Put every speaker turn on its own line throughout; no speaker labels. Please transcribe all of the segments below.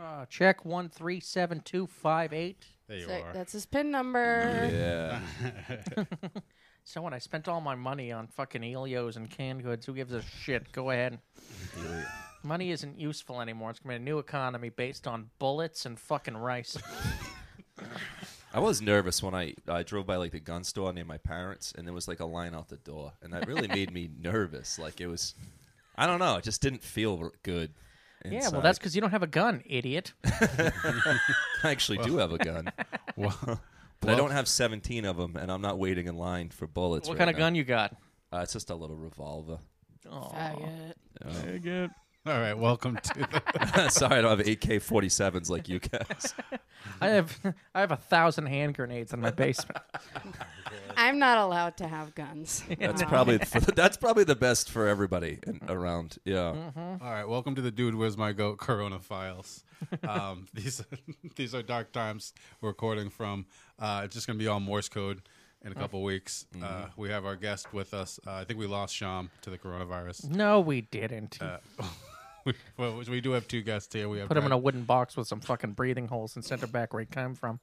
Uh, Check one three seven two five eight.
There you
So
are.
that's his pin number.
Yeah.
So when I spent all my money on fucking Elios and canned goods, who gives a shit? Go ahead. money isn't useful anymore. It's gonna be a new economy based on bullets and fucking rice.
I was nervous when I, I drove by like the gun store near my parents, and there was like a line out the door, and that really made me nervous. Like it was, I don't know, it just didn't feel r- good.
yeah, well
inside.
that's because you don't have a gun, idiot.
I actually do have a gun,
Well,
but I don't have 17 of them, and I'm not waiting in line for bullets.
what
right
kind of
now.
gun you got?
Uh, it's just a little revolver.
Oh,
Faggot.
all right. Welcome to the,
Sorry, I don't have AK-47s like you guys.
I have I have a thousand hand grenades in my basement.
I'm not allowed to have guns.
That's probably that's probably the best for everybody in, around. Yeah.
Mm.
all right. Welcome to the dude. Where's my goat? Corona files. Um, these are, these are dark times we're recording from. Uh, it's just gonna be all Morse code in a couple weeks. Uh,
Mm-hmm.
we have our guest with us. Uh, I think we lost Sham to the coronavirus.
no, we didn't.
we, well, we do have two guests here. We have
Put them in
Brad-
a wooden box with some fucking breathing holes and sent her back where he came from.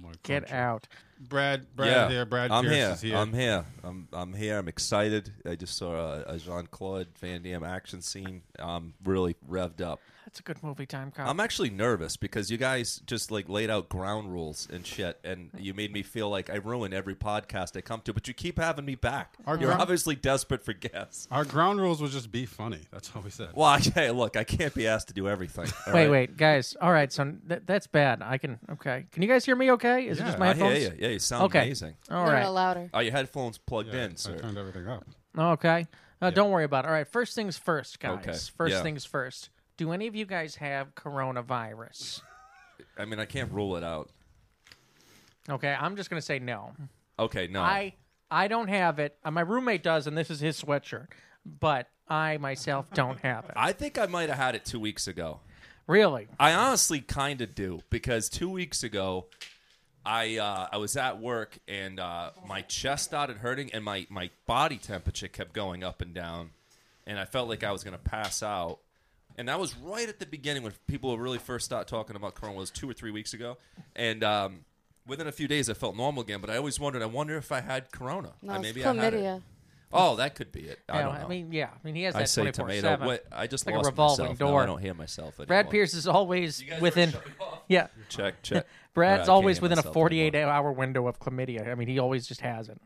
More
Get out.
Brad. Brad
yeah.
here. Brad
I'm
Pierce
here.
is here.
I'm here. I'm I'm here. I'm excited. I just saw a, a Jean Claude Van Damme action scene. I'm really revved up.
That's a good movie time cop.
I'm actually nervous because you guys just like laid out ground rules and shit, and you made me feel like I ruin every podcast I come to. But you keep having me back.
Our
You're
ground-
obviously desperate for guests.
Our ground rules was just be funny. That's all we said.
Well, hey, look, I can't be asked to do everything. all
wait,
right?
wait, guys. All right, so th- that's bad. I can. Okay, can you guys hear me? Okay, is it just
Yeah,
my
I hear
headphones?
you. Yeah, you sound
Okay.
amazing.
All
They're
right. Uh,
louder.
Are your headphones plugged
Yeah,
in,
I
sir?
turned everything up.
Okay. Uh, Don't worry about it. All right. First things first, guys.
Okay,
First
yeah.
things first. Do any of you guys have coronavirus?
I mean, I can't rule it out.
Okay, I'm just gonna say no.
Oh. Okay, no.
I I don't have it. Uh, my roommate does, and this is his sweatshirt. But I myself don't have it.
I think I might have had it two weeks ago.
Really?
I honestly kind of do because two weeks ago, I uh, I was at work and uh, my chest started hurting and my my body temperature kept going up and down, and I felt like I was gonna pass out. And that was right at the beginning when people really first start talking about corona. It was two or three weeks ago, and um, within a few days I felt normal again. But I always wondered. I wonder if I had corona.
No,
Uh,
it's
maybe I had
chlamydia.
it. Oh, that could be it. I
Yeah,
don't know.
mean, yeah. I mean, he has
I
that
say
twenty four
tomato.
seven.
What? I just
like a
lost
revolving
myself.
door.
Now I don't hear myself anymore.
Brad Pierce is always
guys
within.
already shut me off.
Yeah.
Check, check.
Brad's
All right, I can't
always
hear
within a
myself
48
anymore.
hour window of chlamydia. I mean, he always just has it.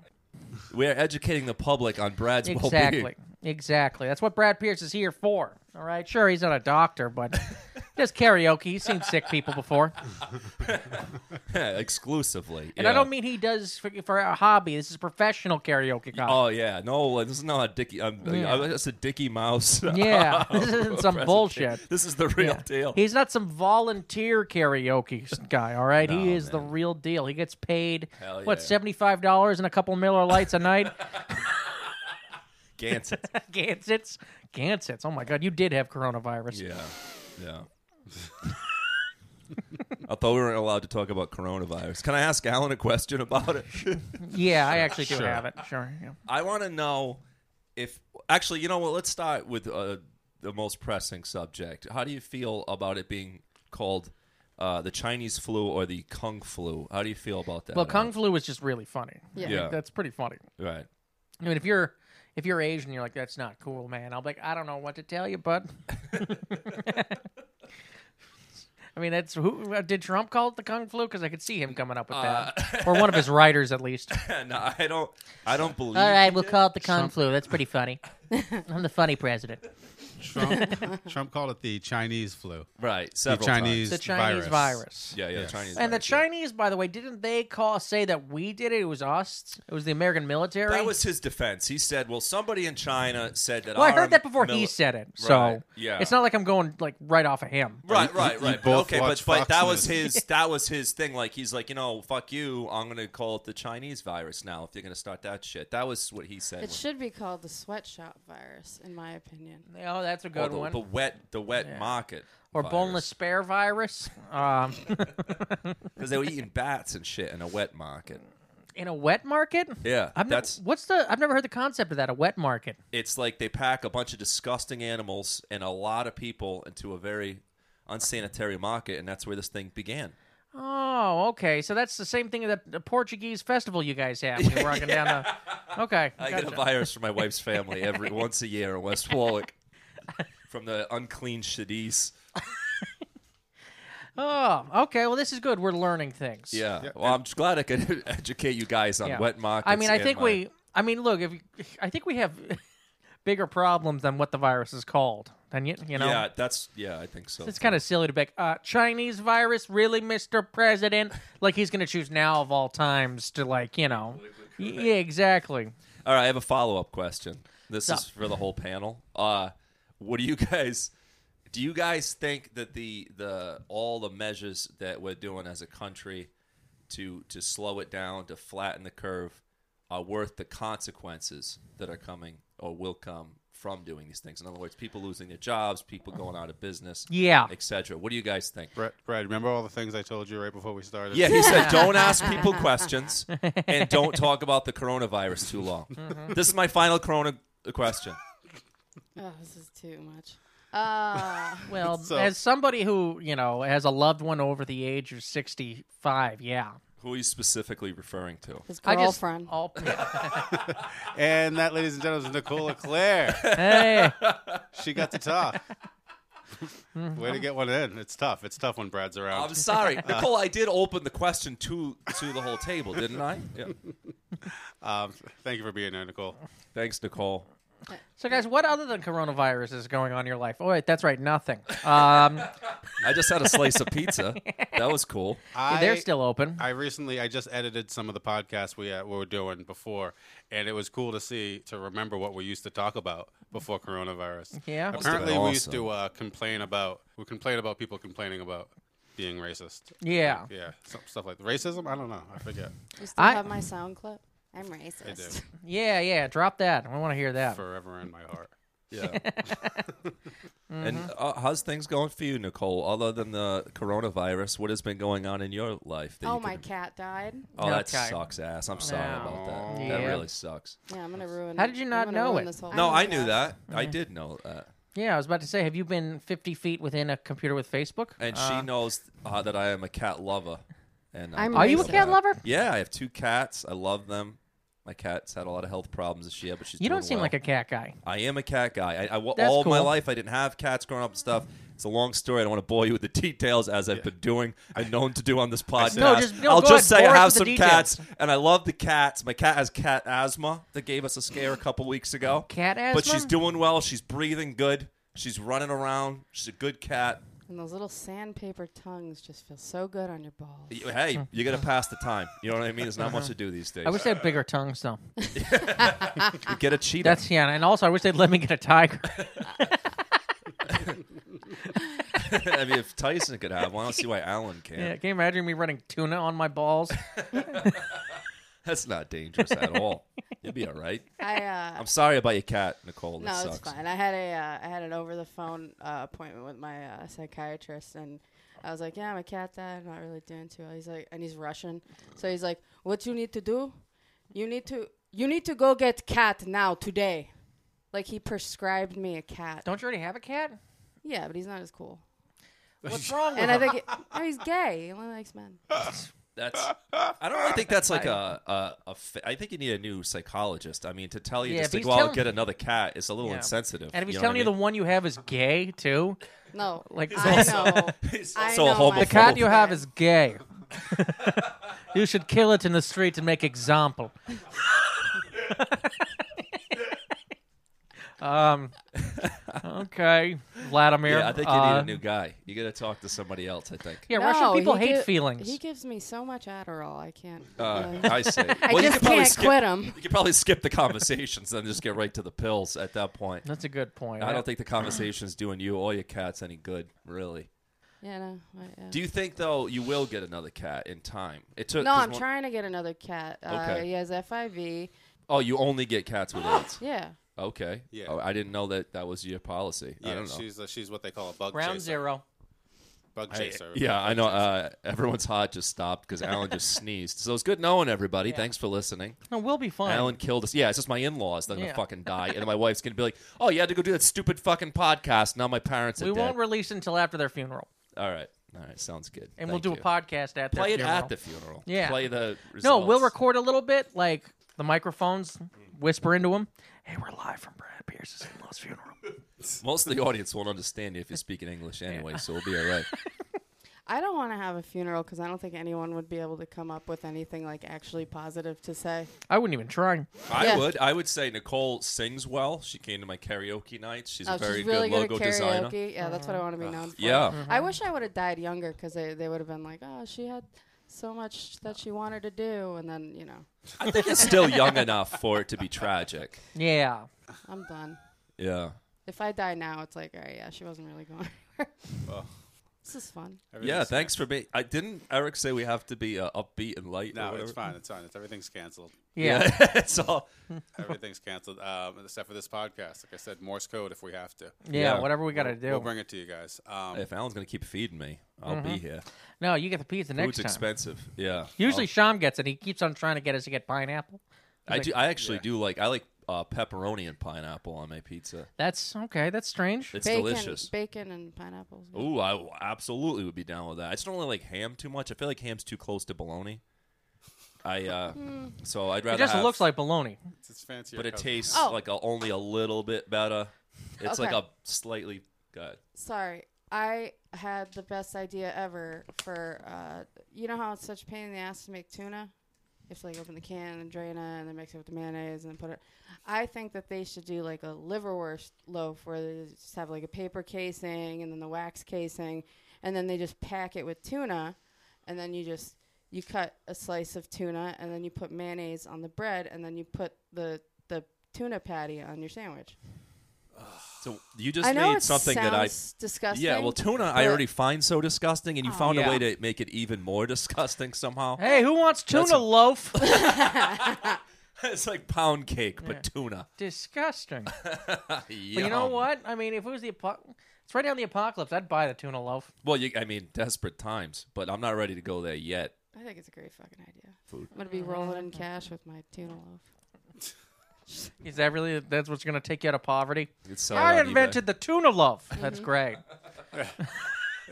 We're educating the public on Brad's
Exactly.
well-being.
Exactly. That's what Brad Pierce is here for. All right. Sure, he's not a doctor, but just karaoke. He's seen sick people before.
Yeah, Exclusively.
And I don't mean he does for, for a hobby. This is professional karaoke comedy.
Oh yeah, no, this is not a Dicky. I'm,
Yeah.
I'm just a Dicky Mouse.
Yeah, this isn't some
presentation.
bullshit.
This is the real
Yeah.
deal.
He's not some volunteer karaoke s- guy, all right? he
No,
is the real deal. He gets paid,
Hell
what,
yeah.
$75 and a couple Miller Lights a night?
Gansett.
Gansets? Gansets. Oh, my God. You did have coronavirus.
Yeah, yeah. I thought we weren't allowed to talk about coronavirus. Can I ask Alan a question about it?
Yeah, I actually do
Sure.
have it. Sure. yeah.
I want to know if actually, you know what? Let's start with uh, the most pressing subject. How do you feel about it being called uh, the Chinese flu or the Kung flu? How do you feel about that?
Well, Kung Flu was just really funny.
Yeah.
Yeah.
That's pretty funny.
Right.
I mean, if you're if you're Asian, you're like, that's not cool, man. I'll be like, I don't know what to tell you, bud. I mean, that's who uh, did Trump call it the Kung Flu? Because I could see him coming up with that, or one of his writers at least.
no, I don't. I don't believe.
All right, we'll call it the Kung Flu. That's pretty funny. I'm the funny president.
Trump, Trump called it the Chinese flu.
Right.
The
Several
Chinese,
The Chinese virus.
Times. Yeah. Yeah.
Yes.
The Chinese.
And the
virus, yeah.
Chinese, by the way, didn't they call say that we did it? It was us. It was the American military.
That was his defense. He said, "Well, somebody in China said that."
well, I
our
heard that before he
Um, mili-
said it. So
Right, yeah.
it's not like I'm going like right off of him.
Right,
You-
right,
you
right. But
both
okay, but,
watch
but
Fox
that was
News.
his that was his thing. Like he's like, you know, fuck you. I'm gonna call it the Chinese virus now. If you're gonna start that shit, that was what he said.
It should be called the sweatshop virus, in my opinion.
Oh, that's a
Or
good
the,
one.
the wet the wet market
or boneless spare virus um,
because they were eating bats and shit in a wet market.
in a wet market.
Yeah,
I've nev-
that's
what's the I've never heard the concept of that. A wet market.
it's like they pack a bunch of disgusting animals and a lot of people into a very unsanitary market, and that's where this thing began.
Oh, okay. So that's the same thing that the Portuguese festival you guys have. When you're walking down the. Okay.
I
gotcha.
get a virus from my wife's family every once a year in West Warwick from the unclean shitties.
Oh, okay. Well, this is good. We're learning things.
Yeah. Well, I'm just glad I could educate you guys on
Yeah.
wet markets.
I mean, I
and
think
my-
we. I mean, look. If you, I think we have bigger problems than what the virus is called. Then you, you know.
Yeah, that's yeah. I think so.
It's kind of silly to be like, uh, Chinese virus, really, Mr. President? Like, he's going to choose now of all times to, like, you know. Y- Yeah, exactly.
All right, I have a follow up question. This
Sup?
is for the whole panel. Uh, what do you guys do? You guys think that the the all the measures that we're doing as a country to to slow it down, to flatten the curve, are worth the consequences that are coming or will come from doing these things? In other words, people losing their jobs, people going out of business,
Yeah.
etc. What do you guys think?
Brad, Brad, remember all the things I told you right before we started?
Yeah, he said, don't ask people questions and don't talk about the coronavirus too long. This is my final corona question.
Oh, this is too much. Uh,
Well,
So-
as somebody who, you know, has a loved one over the age of 65, yeah.
Who are you specifically referring to?
his
I just.
girlfriend.
All,
And that, ladies and gentlemen, is Nicola Claire.
hey.
She got to talk. Way to get one in. It's tough. It's tough when Brad's around.
I'm sorry, Nicole. I did open the question to to the whole table, didn't I? Yeah.
Um, thank you for being here, Nicole.
Thanks, Nicole.
So, guys, what other than coronavirus is going on in your life? Oh, wait, that's right, nothing. Um,
I just had a slice of pizza. That was cool.
I,
they're still open.
I recently, I just edited some of the podcasts we, uh, we were doing before, and it was cool to see, to remember what we used to talk about before coronavirus.
Yeah. Must've
Apparently,
been
we used
awesome.
to uh, complain about, we complain about people complaining about being racist.
yeah.
Yeah, some stuff like racism. I don't know. I forget.
you still
I-
have my sound clip? I'm racist.
I do.
Yeah, yeah. Drop that. I want to hear that.
Forever in my heart.
Yeah. And uh, how's things going for you, Nicole? Other than the coronavirus, what has been going on in your life? that you
Oh,
can-
my cat died.
Oh, that
Okay.
sucks ass. I'm sorry about that.
Aw.
That
Yeah.
really sucks.
Yeah, I'm gonna ruin.
How did you
I'm
not
gonna
know
ruin
it?
This whole
No, I
podcast.
knew that. I did know that.
Yeah, I was about to say, have you been 50 feet within a computer with Facebook?
And
Uh,
she knows uh, that I am a cat lover. And I
I'm
love
Are you a
that.
cat lover?
Yeah, I have two cats. I love them. My cat's had a lot of health problems this year, but she's
You don't
doing
seem
well.
like a cat guy.
I am a cat guy. I, I wa-
That's
all my
cool.
life I didn't have cats growing up and stuff. It's a long story. I don't want to bore you with the details as I've been doing and known to do on this podcast.
No, just- no,
I'll
go
just
ahead.
say
Bore
I
us
have
with the
some
details.
cats and I love the cats. My cat has cat asthma that gave us a scare a couple weeks ago.
Cat
But
asthma?
she's doing well. She's breathing good. She's running around. She's a good cat.
And those little sandpaper tongues just feel so good on your balls.
You- Hey, you're gonna pass the time. You know what I mean? There's not much to do these days.
Hmm. Uh-huh. I wish they had bigger tongues, though.
You get a cheetah.
That's yeah, and also I wish they'd let me get a tiger.
I mean, if Tyson could have one, I don't see why Alan can't.
yeah, can you imagine me running tuna on my balls?
That's not dangerous at all. You'll be all right.
I uh,
I'm sorry about your cat, Nicole. That
no,
sucks.
it's fine. I had a uh, I had an over the phone uh, appointment with my uh, psychiatrist, and I was like, "Yeah, my cat died. I'm not really doing too well." He's like, and he's Russian, so he's like, "What you need to do? You need to you need to go get cat now today." Like he prescribed me a cat.
Don't you already have a cat?
Yeah, but he's not as cool.
What's wrong with
And I
him?
think it, no, he's gay. He only likes men.
That's. I don't really think that's like a, a, a fa- I think you need a new psychologist. I mean, to tell you
Yeah,
just
if
to
he's
go out and
telling-
get another cat is a little
Yeah.
insensitive.
And if he's
know what
telling
I
you the
mean?
one you have is gay too,
No,
Like,
I know.
He's
I
also a
know, I-
homophobe.
the cat you
Oh.
have is gay. you should kill it in the street and make example. um. Okay, Vladimir.
yeah, I think you need
uh,
a new guy. You got to talk to somebody else. I think.
Yeah,
No,
Russian people
he
hate
gi-
feelings.
He gives me so much Adderall. I can't.
Uh,
uh,
I see.
I
Well, you
just
could probably
can't
skip,
quit him.
You could probably skip the conversations and just get right to the pills at that point.
That's a good point.
I don't think the conversation's doing you or your cats any good, really.
Yeah, no. I- yeah.
Do you think though you will get another cat in time? It took
no,
'cause
I'm
one-
trying to get another cat. Uh,
Okay.
he has FIV.
Oh, you only get cats with AIDS.
Yeah.
Okay.
Yeah.
Oh, I didn't know that that was your policy. I
Yeah,
don't know.
she's uh, she's what they call a bug
Round
chaser.
zero.
Bug
I-
chaser.
yeah, I know. Uh, everyone's hot just stopped because Alan just sneezed. So it's good knowing everybody. Thanks for listening.
No, we'll be fine.
Alan killed us. Yeah, it's just my in-laws. They're
Yeah.
gonna fucking die, and my wife's gonna be like, "Oh, you had to go do that stupid fucking podcast." Now my parents are
we
dead.
won't release until after their funeral.
All right. All right. Sounds good.
and we'll do
Thank
a
you.
podcast at
Play it
that
at
funeral.
the funeral.
Yeah.
Play the. Results.
No, we'll record a little bit, like the microphones, whisper into them. Hey, we're live from Brad Pierce's in-laws funeral.
Most of the audience won't understand you if you speak in English anyway, so we'll be all right.
I don't want to have a funeral because I don't think anyone would be able to come up with anything like actually positive to say.
I wouldn't even try.
I
Yeah.
would. I would say Nicole sings well. She came to my karaoke nights. She's
Oh,
a very
she's really good,
good logo
at karaoke.
designer.
Yeah, that's what I want to be known for.
Yeah.
I wish I would have died younger because they, they would have been like, oh, she had so much that she wanted to do. And then, you know,
I think it's still young enough for it to be tragic.
Yeah.
I'm done.
Yeah.
If I die now, it's like, all right, yeah, she wasn't really going anywhere.
Well.
this is fun.
Yeah, thanks for being. I didn't Eric say we have to be uh, upbeat and light. or
No, it's
whatever?
fine. It's fine. It's everything's canceled.
Yeah.
it's all.
Everything's canceled, um, except for this podcast. Like I said, Morse code if we have to.
Yeah,
Yeah.
whatever we got to do.
We'll bring it to you guys. Um,
If Alan's gonna keep feeding me, I'll be here.
no, you get the pizza next
Food's
time.
expensive. Oh. Yeah.
Usually, Sham gets it. He keeps on trying to get us to get pineapple.
I do. I actually do like. I like uh, pepperoni and pineapple on my pizza.
That's okay. That's strange.
It's
bacon,
delicious.
Bacon and pineapples.
Ooh, I w- absolutely would be down with that. I just don't really like ham too much. I feel like ham's too close to bologna. I uh,
Hmm.
so I'd rather.
it just
have-
looks like bologna.
it's, it's fancier.
but it
cousins.
tastes
Oh.
like a, only a little bit better. It's like
Okay.
a slightly good.
Sorry. I had the best idea ever for, uh, you know how it's such a pain in the ass to make tuna? You have to like open the can and drain it and then mix it with the mayonnaise and then put it. I think that they should do like a liverwurst loaf where they just have like a paper casing and then the wax casing and then they just pack it with tuna and then you just you cut a slice of tuna and then you put mayonnaise on the bread and then you put the the tuna patty on your sandwich.
So you just
I know
made
it
something that I.
sounds disgusting.
Yeah, well, tuna I
but- Oh.
already find so disgusting, and you found
yeah.
a way to make it even more disgusting somehow.
Hey, who wants tuna
a-
loaf?
it's like pound cake, but tuna.
Disgusting. But
Yum.
you know what? I mean, if it was the apo- it's right down the apocalypse, I'd buy the tuna loaf.
Well, you, I mean, desperate times, but I'm not ready to go there yet.
I think it's a great fucking idea. I'm gonna be rolling in cash with my tuna loaf.
Is that really that's what's going to take you out of poverty?
It's so
I invented the tuna loaf. That's great.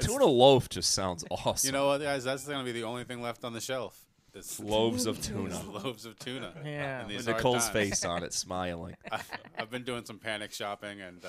tuna loaf. Just sounds awesome.
You know what, guys? That's going to be the only thing left on the shelf. It's
loaves of tuna.
loaves of tuna.
Yeah.
in these
With
hard
Nicole's
times.
face on it, smiling.
I've been doing some panic shopping, and uh,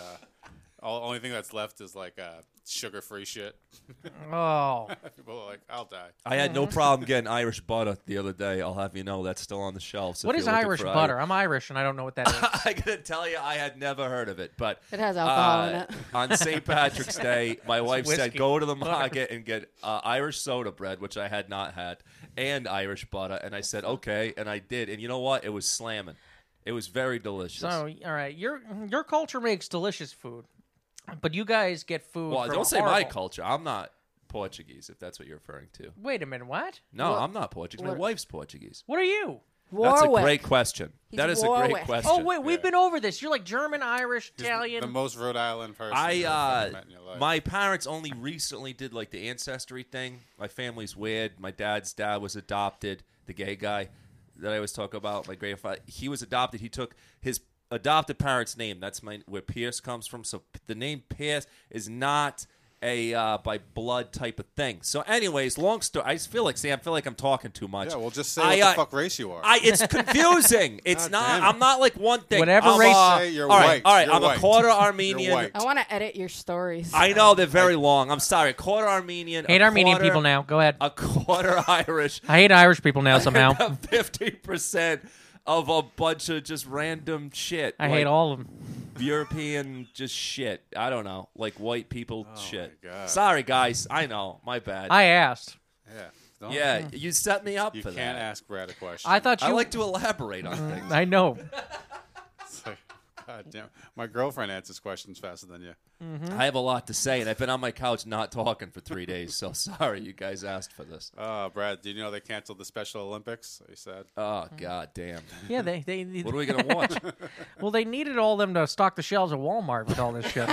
all, only thing that's left is like uh, sugar-free shit.
Oh,
People are like, "I'll die."
I had no problem getting Irish butter the other day. I'll have you know that's still on the shelves. if
what is
you're looking
Irish
for
butter? I'm Irish and I don't know what that is.
I gotta tell you, I had never heard of it, but
It has alcohol in it.
Uh, on St. Patrick's Day, my wife said,
whiskey.
"Go to the market and get uh, Irish soda bread," which I had not had, and Irish butter. And I said, "Okay," and I did. And you know what? It was slamming. It was very delicious.
So, all right, your your culture makes delicious food, but you guys get food.
well,
from
don't say my
horrible-
culture. I'm not Portuguese, if that's what you're referring to.
Wait a minute, what?
No,
What-
I'm not Portuguese.
what-
My wife's Portuguese.
What are you?
Warwick.
That's a great question.
He's
that is a
Warwick.
great question.
Oh wait, we've been over this. You're like German, Irish,
He's the-
Italian.
the most Rhode Island person
I
you've ever met in your
uh,
life.
my parents only recently did like the ancestry thing. My family's weird. My dad's dad was adopted. The gay guy that I always talk about, my grandfather, he was adopted. He took his adopted parents' name. That's my where Pierce comes from. So p- the name Pierce is not a uh, by blood type of thing. So, anyways, long story. I just feel like Sam. I feel like I'm talking too much.
yeah, well, just say
I,
what the
uh,
fuck race you are.
I, it's confusing. It's
God
not.
damn it.
I'm not like one thing.
Whatever
I'm,
race-
uh,
Say you're
all right,
white.
all right.
You're
I'm
white.
a quarter
You're
Armenian.
white.
I want to edit your stories.
I know they're very long. I'm sorry. A quarter Armenian.
hate
a
Armenian
quarter-
people now. Go ahead.
A quarter Irish.
I hate Irish people now somehow.
Fifty percent of a bunch of just random shit.
I hate
Like,
all of them.
European just shit. I don't know, like white people shit.
Oh, my God.
Sorry guys, I know my bad.
I asked.
yeah, Don't-
yeah, you set me up
you
for
can't
that.
ask Brad a question.
I thought you. Mm-hmm.
I like to elaborate on things.
I know.
It's like, God damn, my girlfriend answers questions faster than you.
Mm-hmm.
I have a lot to say, and I've been on my couch not talking for three days. So sorry, you guys asked for this.
Oh, Brad, do you know they canceled the Special Olympics? He said.
Oh
Mm-hmm.
god damn!
Yeah, they they.
What are we gonna watch?
well, they needed all them to stock the shelves at Walmart with all this shit.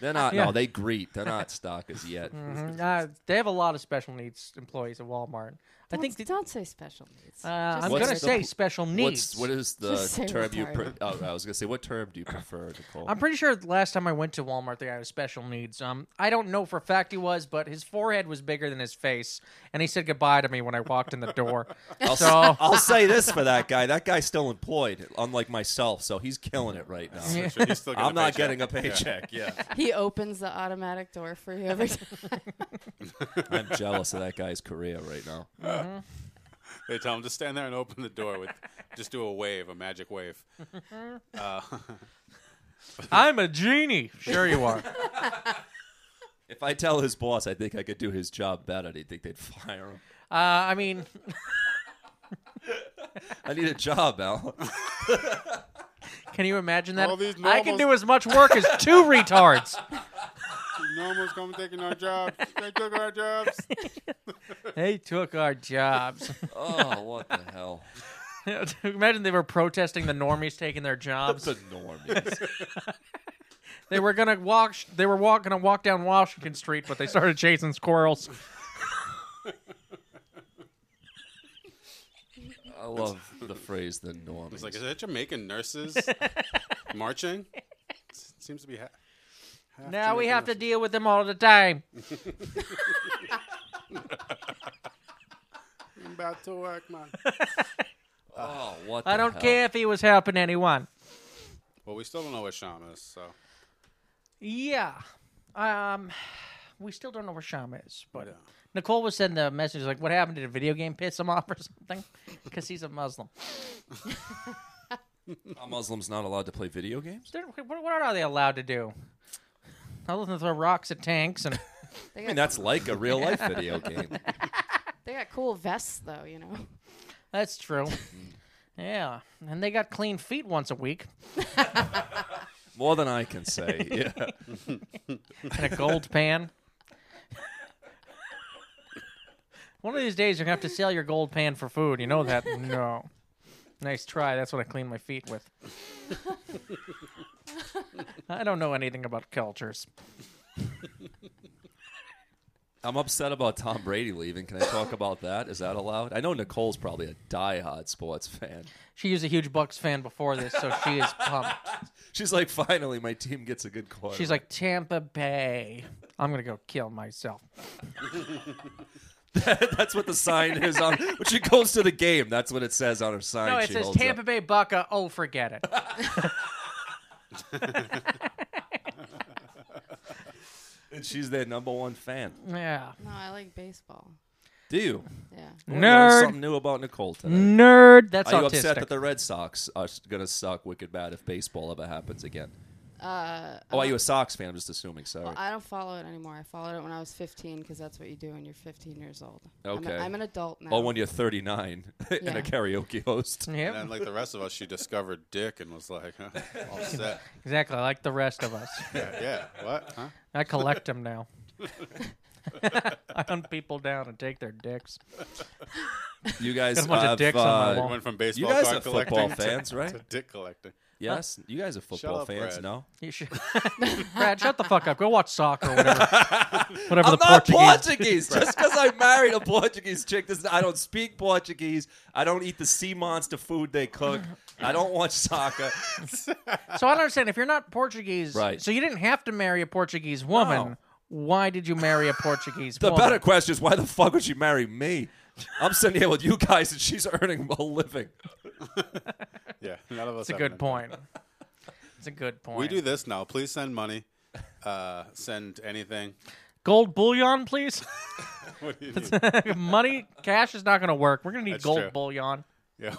They're not.
Yeah.
No, they greet. They're not stalkers yet.
Mhm. Uh, they have a lot of special needs employees at Walmart. I
Don't,
think. that-
don't say special needs.
uh, I'm
What's
gonna
the
say
pl-
special needs.
What's what is the
Just say
term you? Pre-
retarded.
oh, I was gonna say what term do you prefer, Nicole?
I'm pretty sure the last time I went to Walmart, the guy was special needs. Um, I don't know for a fact he was, but his forehead was bigger than his face, and he said goodbye to me when I walked in the door.
I'll,
so
will say this for that guy. That guy's still employed, unlike myself, so he's killing it right now.
Yeah.
He's still
I'm not getting a
paycheck. Yeah.
paycheck. Yeah,
he opens the automatic door for you every time.
I'm jealous of that guy's career right now.
They tell him to stand there and open the door with, just do a wave, a magic wave. Uh,
I'm a genie. Sure you are.
If I tell his boss, I think I could do his job better. Do you think they'd fire him?
Uh, I mean,
I need a job, Al.
can you imagine that?
All these
I can
normals-
do as much work as two retards.
Normals come taking our jobs. They took our jobs.
They took our jobs.
Oh, what the hell?
imagine they were protesting the normies taking their jobs.
The normies.
They were gonna walk. They were walk, gonna walk down Washington Street, but they started chasing squirrels.
I love the phrase the normies.
It's like, is that Jamaican nurses marching? Seems to be. Ha- half
Now we
Jamaican
have to
nurses.
deal with them all the time.
I'm about to work, man.
oh, what
I
the
don't
hell?
care if he was helping anyone.
well, we still don't know what Sham is, so
Yeah. Um, we still don't know where Shama is, but
Yeah.
Nicole was sending a message like, "What happened? Did a video game piss him off or something?" Because he's a Muslim.
Are Muslims not allowed to play video games?
They're- What, what are they allowed to do? Other than throw rocks at tanks and
They
I mean,
got,
that's like a real life video game.
they got cool vests though, you know.
that's true. Yeah, and they got clean feet once a week
More than I can say. Yeah.
and a gold pan. One of these days, you're gonna have to sell your gold pan for food. You know that? No. Nice try. That's what I clean my feet with. I don't know anything about cultures.
I'm upset about Tom Brady leaving. Can I talk about that? Is that allowed? I know Nicole's probably a diehard sports fan.
She was a huge Bucks fan before this, so she is pumped.
She's like, finally, my team gets a good quarterback.
She's like Tampa Bay. I'm gonna go kill myself.
that's what the sign is on. When she goes to the game, that's what it says on her sign.
No, it
she
says
holds
Tampa
up.
Bay Bucca. Oh, forget it.
And she's their number one fan.
Yeah,
No, I like baseball.
Do you?
Yeah.
We learned
Nerd.
Something new about Nicole today.
nerd. That's
Are you
autistic.
upset that the Red Sox are going to suck wicked bad if baseball ever happens again?
Uh,
Oh, are you a Sox fan? I'm just assuming. Sorry.
well, I don't follow it anymore. I followed it when I was 15 because that's what you do when you're 15 years old. I'm, a-
Okay.
I'm an adult now.
oh, when you're 39 and
Yeah.
a karaoke host.
Yep,
and then like the rest of us, she discovered Dick and was like, huh, all set.
exactly. Like the rest of us,
Yeah, yeah. What? Huh?
I collect them now. I hunt people down and take their dicks.
You guys
Got a bunch of
have,
dicks on my
uh,
wall.
Went from baseball
You guys
card
are
collecting
football
to-
fans,
to,
right?
dick collecting.
Yes, you guys are football
up,
fans.
Brad.
No,
You should, Brad, shut the fuck up. Go watch soccer, or whatever. whatever the
I'm not
Portuguese.
Portuguese. Just because I married a Portuguese chick, does I don't speak Portuguese. I don't eat the sea monster food they cook. I don't watch soccer.
So I don't understand if you're not Portuguese.
Right.
So you didn't have to marry a Portuguese woman.
No.
Why did you marry a Portuguese
The
woman?
better question is why the fuck would she marry me? I'm sitting here with you guys, and she's earning a living.
Yeah, none of us.
It's a
have
good
an-
point. It's a good point.
We do this now. Please send money. Uh, send anything.
gold bullion, please.
What do you need?
Money, cash is not going to work. We're going to need
That's
gold
true.
bullion.
Yeah.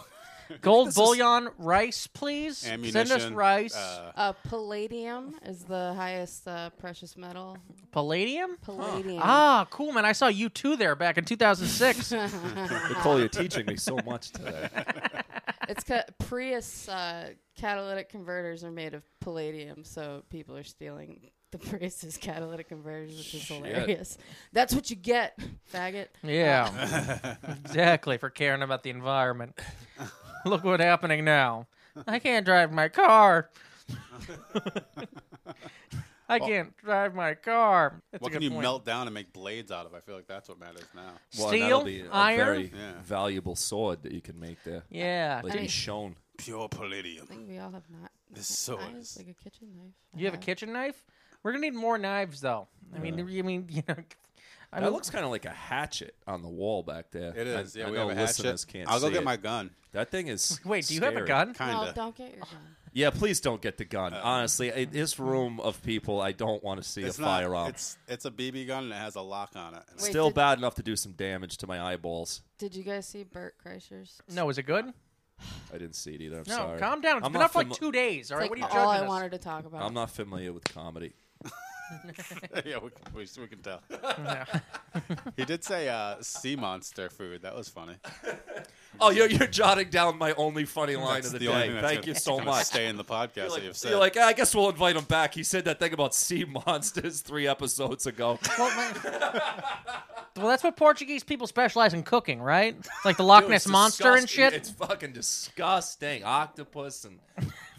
Gold
is-
bullion, rice, please.
Ammunition.
Send us rice.
Uh,
uh, palladium is the highest uh, precious metal.
Palladium?
Palladium.
Ah, cool, man. I saw you two there back in 2006.
Nicole, you're teaching me so much today.
It's ca- Prius uh, catalytic converters are made of palladium, so people are stealing the Prius's catalytic converters, which is hilarious. That's what you get, faggot.
yeah. exactly, for caring about the environment. Look what's happening now. I can't drive my car. I can't drive my car. That's a
what
good
can you
point.
melt down and make blades out of? I feel like that's what matters now.
Well,
Steel,
that'll be a
iron.
very
Yeah.
valuable sword that you can make there.
Yeah.
Like it's shown.
Pure palladium.
I think we all have not.
This
knives,
source.
like a kitchen knife. Uh-huh.
Do you have a kitchen knife? We're gonna need more knives, though. I mean, you mean you know. I
That
mean,
looks kind of like a hatchet on the wall back there.
It is.
I,
yeah,
I
we
know
have a
listeners
hatchet.
can't
I'll go
see
get
it.
my gun.
That thing is.
Wait, do you have a
scary.
gun?
Kinda.
No, don't get your gun.
Yeah, please don't get the gun. Honestly, I, this room of people, I don't want to see
Uh, it's
a
not.
firearm.
It's it's a BB gun and it has a lock on it. And
Wait,
Still
did-
bad enough to do some damage to my eyeballs.
Did you guys see Bert Kreischer's?
No, is it good?
I didn't see it either. I'm
No,
sorry.
calm down. It's
I'm
been
not
up for like
fami-
two days. All right,
Like
what are you
all I
judging us?
wanted to talk about.
I'm not familiar with comedy.
yeah, we, we, we can tell. he did say uh, sea monster food. That was funny.
Oh, you're, you're jotting down my only funny line
That's
of the,
only thing
day.
that's
Thank
gonna-
you so
gonna
much.
Stay in the podcast that
You're
you've
like,
said.
you're like, "Ah, I guess we'll invite him back. He said that thing about sea monsters three episodes ago.
Well, my- Well, that's what Portuguese people specialize in cooking, right? It's like the Loch
Dude,
Ness
it's
monster and
disgusting.
shit.
It's fucking disgusting. Octopus and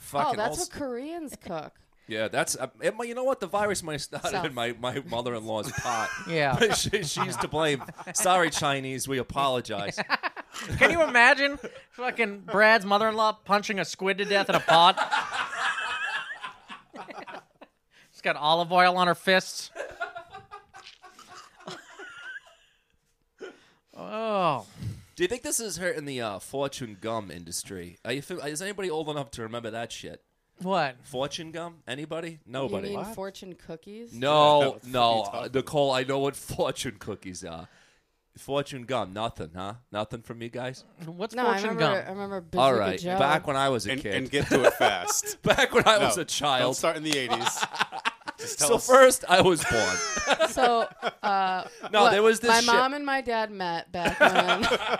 fucking.
oh, that's
all
what
s-
Koreans cook.
yeah, that's. Uh, it, might- you know what? The virus might have started
South.
in my, my mother in law's pot.
Yeah.
she, she's to blame. Sorry, Chinese. We apologize.
Can you imagine fucking Brad's mother-in-law punching a squid to death in a pot? She's got olive oil on her fists. Oh,
Do you think this is hurting the uh, fortune gum industry? Are you, fam- is anybody old enough to remember that shit?
what?
Fortune gum? Anybody? Nobody.
You mean fortune cookies?
Yeah,
No,
what the fuck
no,
you talking
uh,
about?
Nicole. I know what fortune cookies are. Fortune gum, nothing, huh? Nothing from you guys.
What's
No, I
fortune
remember. I
gum?
remember. Bazooka
All right,
Joe.
back when I was a
and,
kid,
and get to it fast.
back when I
No,
was a
Don't
child.
start in the 80s. Just tell
So
us-
first, I was born.
so uh,
No,
what-
there was this
My
shit.
mom and my dad met back when.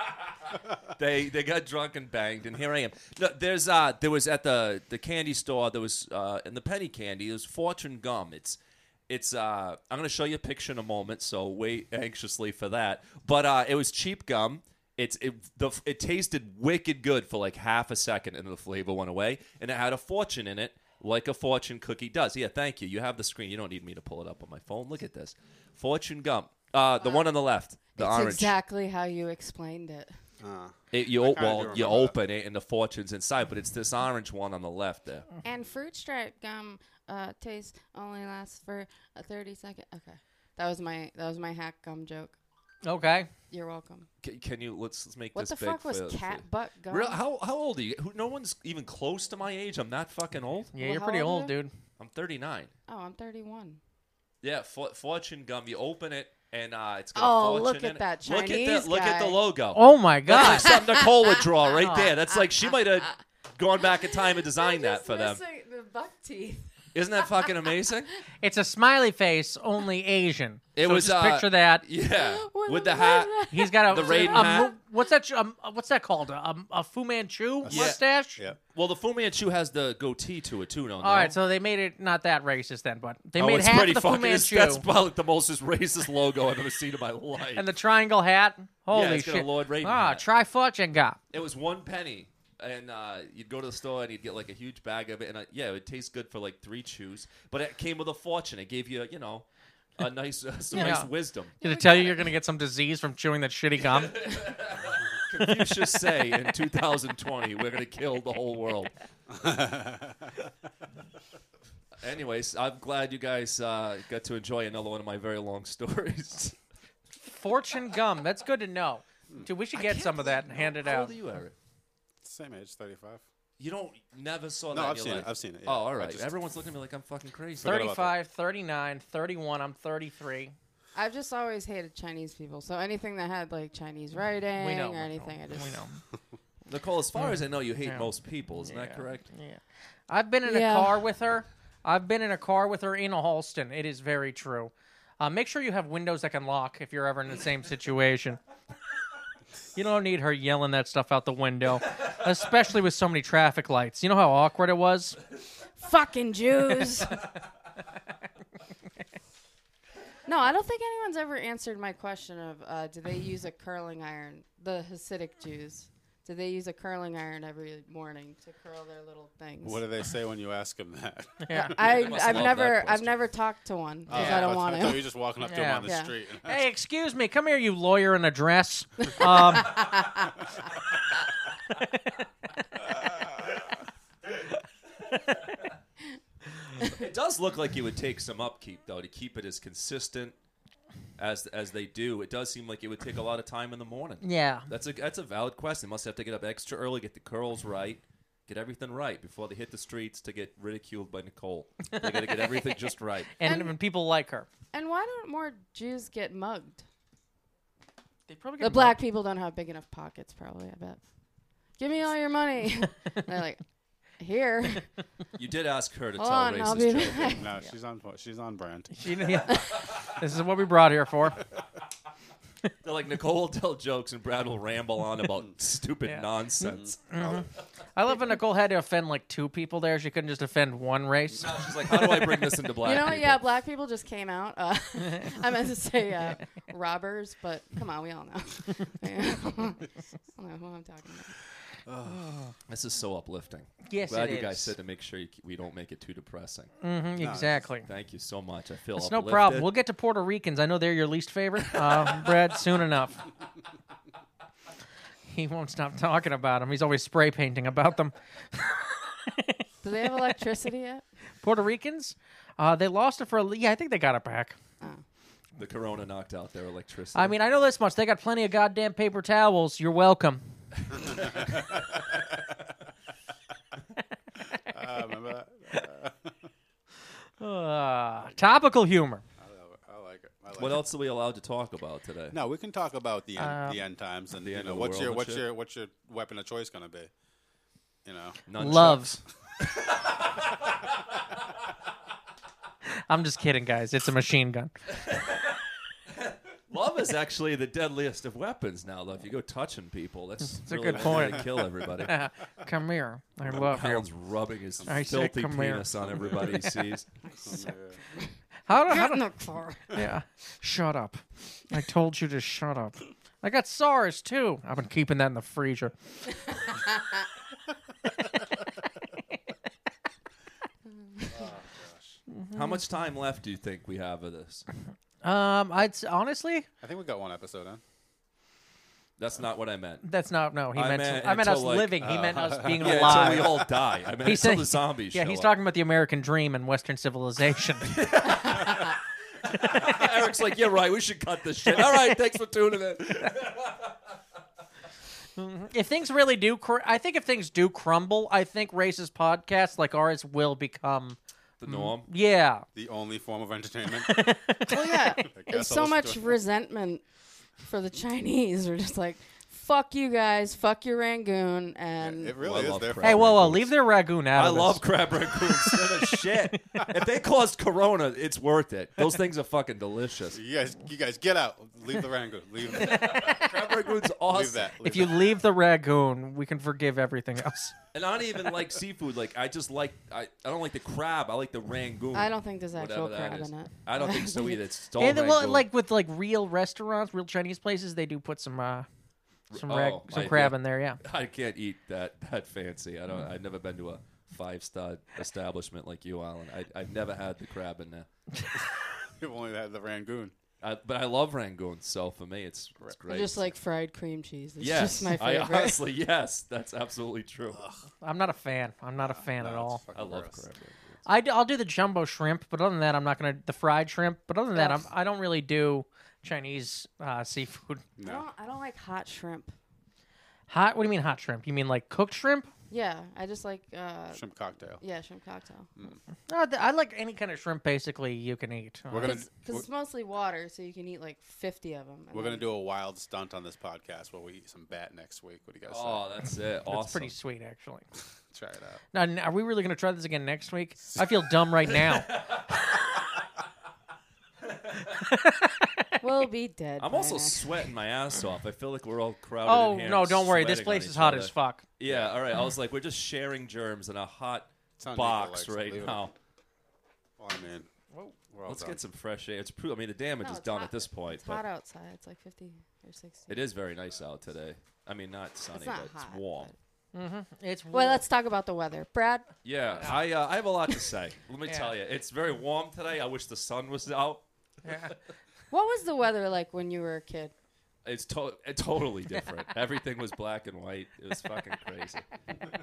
they they got drunk and banged, and here I am. No, there's uh, there was at the the candy store. There was uh, in the penny candy. There was fortune gum. It's it's uh, I'm gonna show you a picture in a moment. So wait anxiously for that. But uh, it was cheap gum. It's it the it tasted wicked good for like half a second, and the flavor went away. And it had a fortune in it, like a fortune cookie does. Yeah, thank you. You have the screen. You don't need me to pull it up on my phone. Look at this fortune gum. Uh, the one on the left, the
It's
orange.
exactly how you explained it.
Uh,
It, you
kinda do
well, you
remember
open it and the fortune's inside, but it's this orange one on the left there.
And fruit stripe gum uh, taste only lasts for a thirty second. Okay, that was my that was my hack gum joke.
Okay.
You're welcome.
Can, can you let's let's make
What
this
the
big
fuck was
for- for-
cat butt gum?
Real, how how old are you? Who, no one's even close to my age. I'm not fucking old.
Yeah,
Well,
you're
how
pretty
old are
old,
you?
dude.
I'm 39.
oh, I'm 31.
Yeah, for, fortune gum. You open it and uh, it's got
Oh,
a fortune
look
in
at
it.
that
look at
Chinese
the look at the
guy.
logo.
Oh my
That's like
god.
something Nicole would draw right there. That's like she might have gone back in time and designed that for them.
The buck teeth.
Isn't that fucking amazing?
It's a smiley face, only Asian.
It
So
was
just
uh,
picture that.
Yeah,
What
with
the
the hat.
fuck?
He's got a
The Raiden
a
hat?
mu- what's that? sh- Um, uh, what's that called? A, a, a Fu Manchu
Yeah.
mustache.
yeah.
Well, the Fu Manchu has the goatee to it too, no?
All right, so they made it not that racist then, but they
oh,
made
it's
half
pretty
the Fu
fucking. it's-
Manchu
That's probably the most racist logo I've ever seen in my life.
and the triangle hat. Holy
it's got a
shit!
Lord Raiden
ah,
hat.
try fortune got.
it was one penny, and uh, you'd go to the store and you'd get like a huge bag of it, and uh, yeah, it would taste good for like three chews, but it came with a fortune. It gave you, you know, a nice, uh, some
Yeah.
nice wisdom.
Did it tell you you're gonna get some disease from chewing that shitty gum?
Confucius say in 2020, we're gonna kill the whole world. Anyways, I'm glad you guys uh, got to enjoy another one of my very long stories.
fortune gum. That's good to know. Dude, we should get some of that and hand it
How
out.
old are you, Eric?
Same age, 35.
You don't never saw
No,
that. in
I've
your
seen
life?
it. I've seen it. yeah.
Oh, all
I
right.
just-
Everyone's looking at me like I'm fucking crazy.
Forget about
35,
that.
39, 31. I'm 33.
I've just always hated Chinese people. So anything that had like Chinese writing
We know.
or anything, I just
we know.
Nicole, as far as I know, you hate
Yeah.
most people. Isn't
Yeah.
that correct?
Yeah. I've been in
Yeah.
a car with her. I've been in a car with her in Halston. It is very true. Uh, make sure you have windows that can lock if you're ever in the same situation. You don't need her yelling that stuff out the window, especially with so many traffic lights. You know how awkward it was?
fucking Jews. no, I don't think anyone's ever answered my question of uh, do they use a curling iron? The Hasidic Jews. So they use a curling iron every morning to curl their little things.
What do they say when you ask them that?
Yeah.
I,
must love that
I've never I've
question. Oh,
never talked to one because I don't want
So
to.
you're just walking up to
Yeah.
them on the
Yeah.
street.
Hey, excuse me. Come here, you lawyer in a dress. Um,
It does look like it would take some upkeep though to keep it as consistent as as they do. It does seem like it would take a lot of time in the morning.
yeah.
That's a that's a valid question. They must have to get up extra early, get the curls right, get everything right before they hit the streets to get ridiculed by Nicole. They got to get everything just right.
And, and people like her.
And why don't more Jews get mugged?
They probably
The black people don't have big enough pockets, probably. I bet. Give me all your money. And they're like, here.
You did ask her to
Hold
tell
on, I'll be
racist jokes.
back.
no, she's on. po- She's on brand.
She, yeah. this is what we brought here for.
They're like Nicole will tell jokes and Brad will ramble on about stupid
Yeah.
nonsense.
I love when Nicole had to offend like two people there. She couldn't just offend one race.
Now she's like, how do I bring this into black?
you know what?
people?
Yeah, black people just came out. Uh, I meant to say uh, robbers, but come on, we all know. I don't know who I'm talking about.
This is so uplifting.
Yes,
Glad
it
you guys
is.
said to make sure you, ke- we don't make it too depressing.
Mm.
Mhm, exactly.
Thank you so much. I feel
It's no
uplifted.
problem. We'll get to Puerto Ricans. I know they're your least favorite, uh, Brad, soon enough. He won't stop talking about them. He's always spray painting about them.
Do they have electricity yet?
Puerto Ricans, uh, they lost it for a. li- Yeah, I think they got it back.
the corona knocked out their electricity.
I mean, I know this much. They got plenty of goddamn paper towels. You're welcome.
Uh, remember that?
Uh, topical humor.
I like it. I like
what
it.
else are we allowed to talk about today?
No, we can talk about the end,
Uh,
the end times and
the
you
end
know,
of the
what's
world
your
and
what's
shit.
your what's your weapon of choice gonna be? You know,
Nunchucks.
Love. I'm just kidding, guys. It's a machine gun.
Love is actually the deadliest of weapons now, though. If you go touching people, that's
a
really
good
one way
point.
To kill everybody.
Come here. I love you.
Colin's rubbing his
I said
filthy
come here.
penis on everybody he sees.
How do, how
Get
do,
in the car.
Yeah. Shut up. I told you to shut up. I got SARS too. I've been keeping that in the freezer.
How much time left do you think we have of this?
Um, I'd s- honestly,
I think we got one episode in.
That's not what I meant.
that's not no. He
I
meant,
meant
I meant us
until, like, uh,
living. he meant us being
Yeah, until
alive.
we all die. I meant
He's
until
saying-
the zombies.
yeah,
show
he's
up.
talking about the American dream and Western civilization.
Eric's like, yeah, right. We should cut this shit. All right, thanks for tuning in.
if things really do, cr- I think if things do crumble, I think racist podcasts like ours will become.
The norm.
Yeah,
The only form of entertainment.
Oh,
Well, yeah. There's
guess I'll
so
listen
much
to it.
resentment for the Chinese. We're just like, fuck you guys, fuck your Rangoon, and
it
Well, I
really is
love
their
crap.
Hey,
fault.
whoa, whoa!
raccoons.
Leave their ragoon out.
I
of this.
love crab raccoons. They're the shit. If they caused corona, it's worth it. Those things are fucking delicious.
You guys, you guys, get out. Leave the Rangoon. Leave, leave
Crab raccoons awesome.
that. Leave
If you
that.
leave the ragoon, we can forgive everything else.
And I don't even like seafood. Like I just like I, I don't like the crab. I like the rangoon.
I don't think there's
Whatever
actual
that
crab
is.
in it.
I don't think so either. It's all
And then, well,
Rangoon.
like with like real restaurants, real Chinese places, they do put some uh, some rag,
Oh,
some
I
crab
think-
in there. Yeah,
I can't eat that that fancy. I don't. I've never been to a five star establishment like you, Alan. I, I've never had the crab in there.
You've only had the Rangoon.
I, but I love rangoon, so for me, it's, it's
I
great.
just like fried cream cheese. It's
yes,
just my
I
favorite.
honestly yes, that's absolutely true.
I'm not a fan. I'm not a
Oh,
fan at all.
I love
gross.
crab.
I do, I'll do the jumbo shrimp, but other than that, I'm not gonna the fried shrimp. But other than that, I'm, I don't really do Chinese uh, seafood.
I, don't, I don't like hot shrimp.
Hot? What do you mean hot shrimp? You mean like cooked shrimp?
Yeah, I just like uh,
Shrimp cocktail.
yeah shrimp cocktail.
No, Uh, th- I like any kind of shrimp. Basically, you can eat.
We're gonna
Because
we're,
it's mostly water, so you can eat like 50 of them.
we're gonna do a wild stunt on this podcast where we eat some bat next week. What do you guys
Oh, that's it. Awesome.
It's pretty sweet, actually.
say? Try it out.
Now, n- are we really gonna try this again next week? I feel dumb right now.
We'll be dead.
I'm
by
also
next-
sweating my ass off. I feel like we're all crowded.
oh
in here
no,
and
don't worry. This
sweating on
place
each
is hot
other.
as fuck.
Yeah, all right. I was like, we're just sharing germs in a hot
on
box
Equal Legs.
right
Leave it
now.
Well, I mean,
We're all
Let's
done.
get some fresh air. It's pro- I mean, the damage
No,
is
it's
done
hot-
at this point,
It's
but
hot outside. It's like 50 or 60.
it is very nice out today. I mean, not sunny,
It's not
but
hot.
it's warm.
but-
It's
Well,
warm.
let's talk about the weather. Brad,
Yeah, I uh, I have a lot to say. Let me
Yeah.
tell you, it's very warm today. I wish the sun was out.
Yeah.
what was the weather like when you were a kid?
It's to- uh, totally different. Everything was black and white. It was fucking crazy.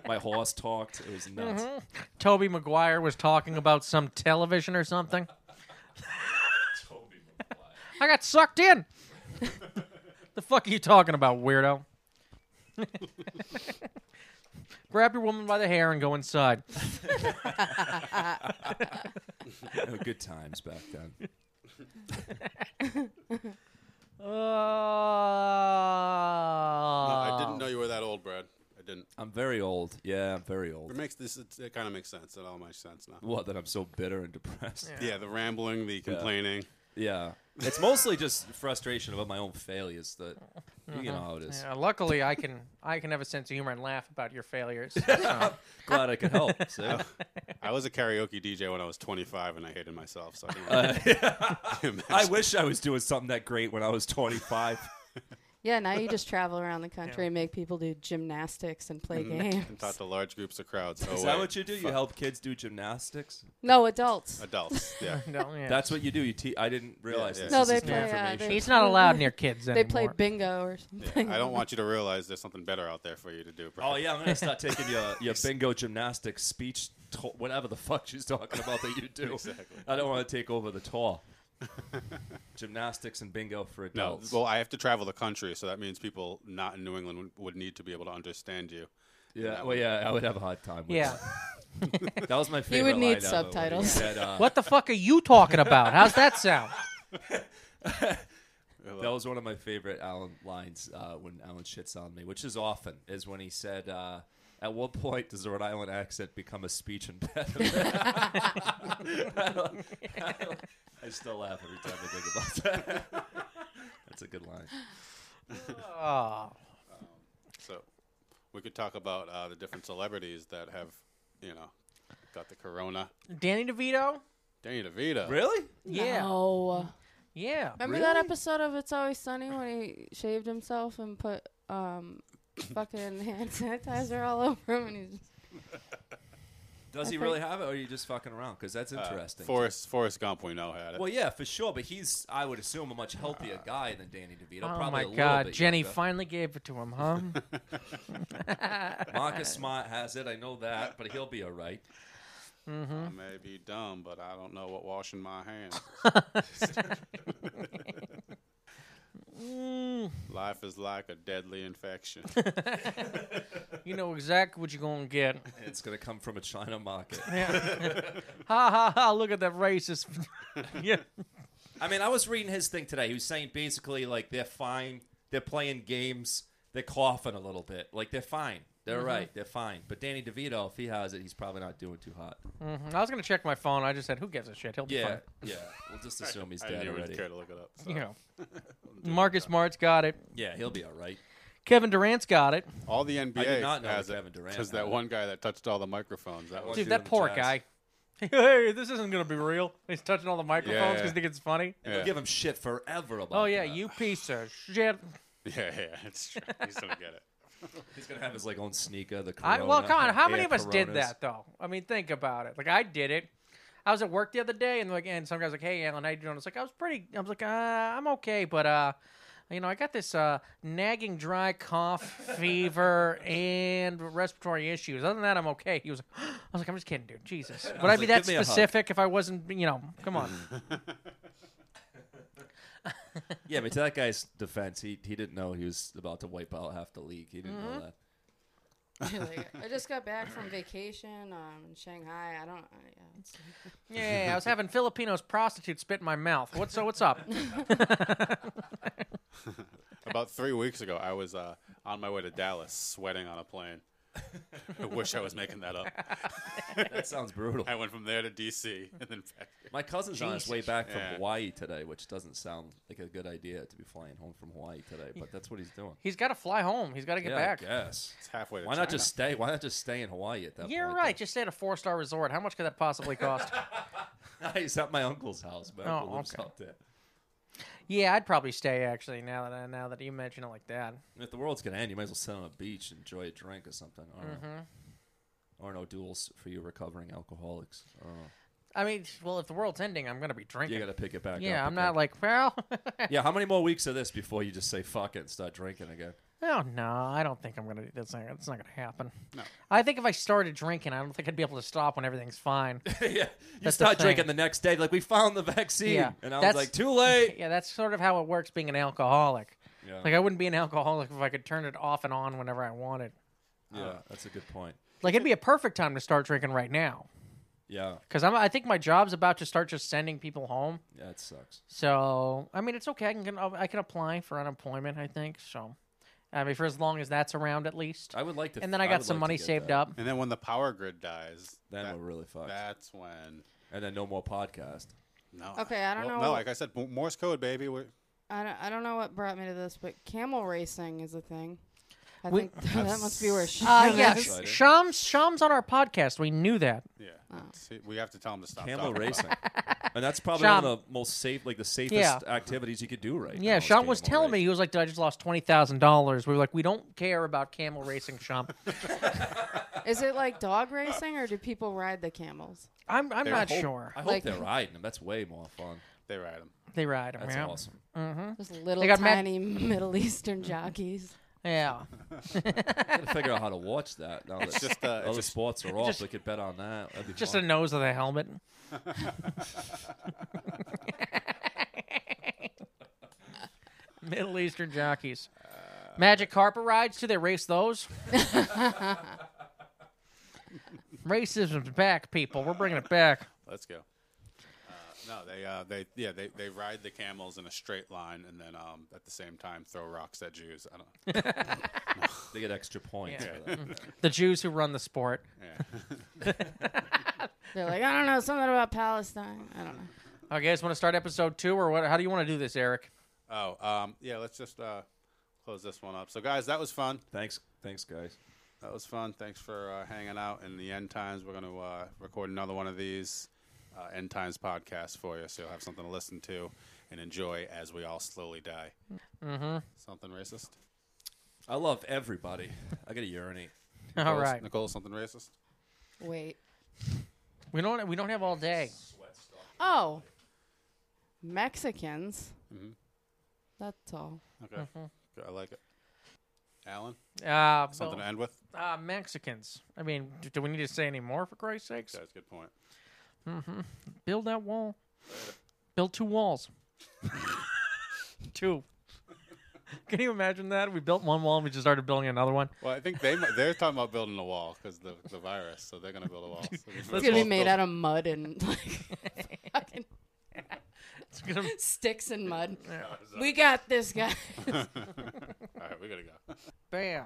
My horse talked. It was nuts.
Mm-hmm.
Toby Maguire was talking about some television or something.
Toby Maguire.
I got sucked in. the fuck are you talking about, weirdo? Grab your woman by the hair and go inside.
Oh, good times back then.
Oh.
No,
Uh,
I
Oh.
didn't know you were that old, Brad. I didn't.
I'm very old. Yeah, I'm very
It
old.
makes this. It, it kind of makes sense. It all makes sense now.
What? That I'm so bitter and depressed.
Yeah.
Yeah, the rambling, the complaining.
Yeah. It's mostly just frustration about my own failures that you know how it is.
Yeah, luckily, I can I can have a sense of humor and laugh about your failures. So,
Glad I could help. So.
I was a karaoke DJ when I was 25, and I hated myself. So I can
Uh, I wish I was doing something that great when I was 25.
Yeah, now you just travel around the country and make people do gymnastics and play games.
and talk to large groups of crowds. Oh,
Is
wait.
that what you do? You
Fuck.
help kids do gymnastics?
No, adults.
adults? Yeah.
no, yeah.
That's what you do. You te- I didn't realize
Yeah,
this.
yeah.
No,
This
they
is
new
play. Uh,
information.
they-
He's not allowed near kids
They
anymore.
play bingo or something.
I don't want you to realize there's something better out there for you to do. Brad.
Oh yeah, I'm gonna start taking your your bingo gymnastics speech, to- whatever the fuck she's talking about that you do.
Exactly.
I don't want to take over the tour. gymnastics and bingo for
No,
adults.
well, I have to travel the country, so that means people not in New England would, would need to be able to understand you.
yeah, well, yeah, I would have a hard time. With
Yeah.
that. that was my favorite.
would need
line ever, when he
subtitles.
said, uh,
What the fuck are you talking about? How's that sound?
That was one of my favorite Alan lines uh, when Alan shits on me, which is often, is when he said, uh, "At what point does a Rhode Island accent become a speech impediment?" I, don't- I don't- I still laugh every time I think about that. That's a good line.
Oh.
So we could talk about uh, the different celebrities that have, you know, got the corona.
Danny DeVito?
Danny DeVito.
Really?
Yeah.
No.
Yeah.
Remember that episode of It's Always Sunny when he shaved himself and put um, fucking hand sanitizer all over him and he's just,
Does he really have it, or are you just fucking around? Because that's
Uh,
interesting.
Forrest Forrest Gump, we know had it.
well, yeah, for sure, but he's, I would assume, a much healthier guy than Danny DeVito.
Oh
probably
my
a little
God,
bit
Jenny
younger.
finally gave it to him, huh?
Marcus Smart has it, I know that, but he'll be all right.
I may be dumb, but I don't know what washing my hands.
Mm,
Life is like a deadly infection.
you know exactly what you're gonna get.
It's gonna come from a China market.
Ha ha ha! Look at that racist. yeah.
I mean, I was reading his thing today. He was saying basically like they're fine. They're playing games. They're coughing a little bit. Like they're fine. They're
Mm-hmm.
right. They're fine. But Danny DeVito, if he has it, he's probably not doing too hot.
Mhm. I was gonna check my phone. I just said, "Who gives a shit? He'll be
Yeah, yeah. We'll just assume he's
I
dead
didn't even
already.
care to look it up. so.
fine." You know, Marcus Smart's got it.
Yeah, he'll be all right.
Kevin Durant's got it.
All the NBA
not know
has
that
it
Kevin Durant
because
had
that
it.
one guy that touched all the microphones. That was
Dude,
you
that
and
poor
Jazz.
guy. Hey, this isn't gonna be real. He's touching all the microphones
yeah.
because he thinks it's funny.
He'll
Yeah.
give him shit forever about.
Oh yeah,
that.
you piece of shit.
yeah, yeah, it's true. He's gonna get it.
He's gonna have his like own sneaker. The
I,
corona,
well, come on. How many
air
of us did
Coronas.
that though? I mean, think about it. Like I did it. I was at work the other day, and like, and some guys like, "Hey, Alan, how you doing?" I was like, "I was pretty." I was like, uh, "I'm okay," but uh, you know, I got this uh, nagging dry cough, fever, and respiratory issues. Other than that, I'm okay. He was like, "I was like, I'm just kidding, dude. Jesus, would I,
was
be
like,
that
"Give me a hug."
specific if I wasn't? You know, come on.
Yeah, but to that guy's defense, he he didn't know he was about to wipe out half the league. He didn't
Mm-hmm.
know that.
like, I just got back from vacation um, in Shanghai. I don't. Uh, yeah, it's-
yeah, I was having Filipinos prostitute spit in my mouth. What's so? What's up?
About three weeks ago, I was uh, on my way to Dallas, sweating on a plane. I wish I was making that up.
That sounds brutal.
I went from there to DC and then back.
My cousin's on his way back from
Yeah.
Hawaii today, which doesn't sound like a good idea to be flying home from Hawaii today, but that's what he's doing.
He's got to fly home. He's got to get
yeah,
back.
I guess.
It's halfway. To
Why not
China.
just stay? Why not just stay in Hawaii at that
You're
point?
right. Just stay at a four star resort. How much could that possibly cost?
He's at my uncle's house. My uncle
Oh,
lives
okay.
out there.
Yeah, I'd probably stay actually. Now that I, now that you mention it like that,
And If the world's gonna end, you might as well sit on a beach, and enjoy a drink or something. Or,
Mm-hmm.
or no duels for you recovering alcoholics. Oh.
I mean, well, if the world's ending, I'm gonna be
You
drinking.
gotta pick it back up.
yeah, I'm
again.
not like well.
Yeah, how many more weeks of this before you just say fuck it and start drinking again?
oh no, I don't think I'm gonna. That's not. That's not gonna happen. No. I think if I started drinking, I don't think I'd be able to stop when everything's fine.
yeah, you
That's the
start drinking
thing.
the next day. Like we found the vaccine,
Yeah,
and I was
that's-
like, too late.
yeah, that's sort of how it works being an alcoholic.
Yeah,
Like I wouldn't be an alcoholic if I could turn it off and on whenever I wanted. uh,
yeah, that's a good point.
Like it'd be a perfect time to start drinking right now
Yeah,
because I'm. I think my job's about to start just sending people home.
yeah, it sucks.
So I mean, it's okay. I can I can apply for unemployment. I think so. I mean, for as long as that's around, at least.
I would like to.
And then I got some money saved up. Uh,
And then when the power grid dies,
Then
that-
we're really fucked.
that's when.
And then no more podcast.
No.
Okay, I don't
well,
know
No,
what-
like I said, Mo- Morse code, baby. We're,
I don't, I don't know what brought me to this, but camel racing is a thing. I
We-
think that must be where. she
Uh,
is.
yes,
Excited.
Shams. Shams on our podcast. We knew that.
yeah.
Oh.
See, we have to tell him to stop.
Camel
talking.
racing, and that's probably one of the most safe, like the safest
Yeah.
activities you could do right now.
Yeah,
is
Sean was
camel
telling me
racing.
he was like, "Dude, "I just lost twenty thousand dollars." We were like, "We don't care about camel racing, Sean."
Is it like dog racing, or do people ride the camels?
I'm I'm not
whole-
sure.
I hope
like-
they're riding them. That's way more fun.
They ride him.
They ride them.
That's
yeah.
awesome.
Just little
got mad-
tiny Middle Eastern jockeys.
Yeah.
I gotta figure out how to watch that. Now that
just, uh, it's
other
just-
sports are off,
just-
we could bet on that. That'd be
Just
fun.
a nose of the helmet. Middle Eastern jockeys. Magic carpet rides, too. They race those. Racism's back, people. We're bringing it back.
Let's go. Uh, no, they, uh, they, yeah, they, they ride the camels in a straight line, and then um, at the same time throw rocks at Jews. I don't.
They get extra points.
Yeah.
for that.
The Jews who run the sport.
Yeah.
They're like, I don't know, something about Palestine. I don't know.
Okay, guys, want to start episode two, or what? How do you want to do this, Eric?
Oh, um, yeah. Let's just uh, close this one up. So, guys, that was fun.
Thanks, thanks, guys.
That was fun. Thanks for uh, hanging out. In the end times, we're going to uh, record another one of these uh, end times podcasts for you, so you'll have something to listen to and enjoy as we all slowly die. Mm-hmm. Something racist.
I love everybody. I gotta urinate.
All right,
Nicole. Something racist.
Wait.
we don't we don't have all day.
Oh, Mexicans. That's all.
Okay,
Mm-hmm.
Good, I like it. Alan,
Oh.
Uh,
something to end with.
uh, Mexicans. I mean, d- do we need to say any more? For Christ's sakes,
That's a good point.
build that wall. Build two walls. two. Can you imagine that? We built one wall and we just started building another one.
Well, I think they might- they're talking about building a wall because the the virus, so they're going to build a wall. So we might as
It's gonna
well
be made
build-
out of mud and like fucking
It's gonna-
sticks and mud. We got this guy.
All right, we got to go.
bam.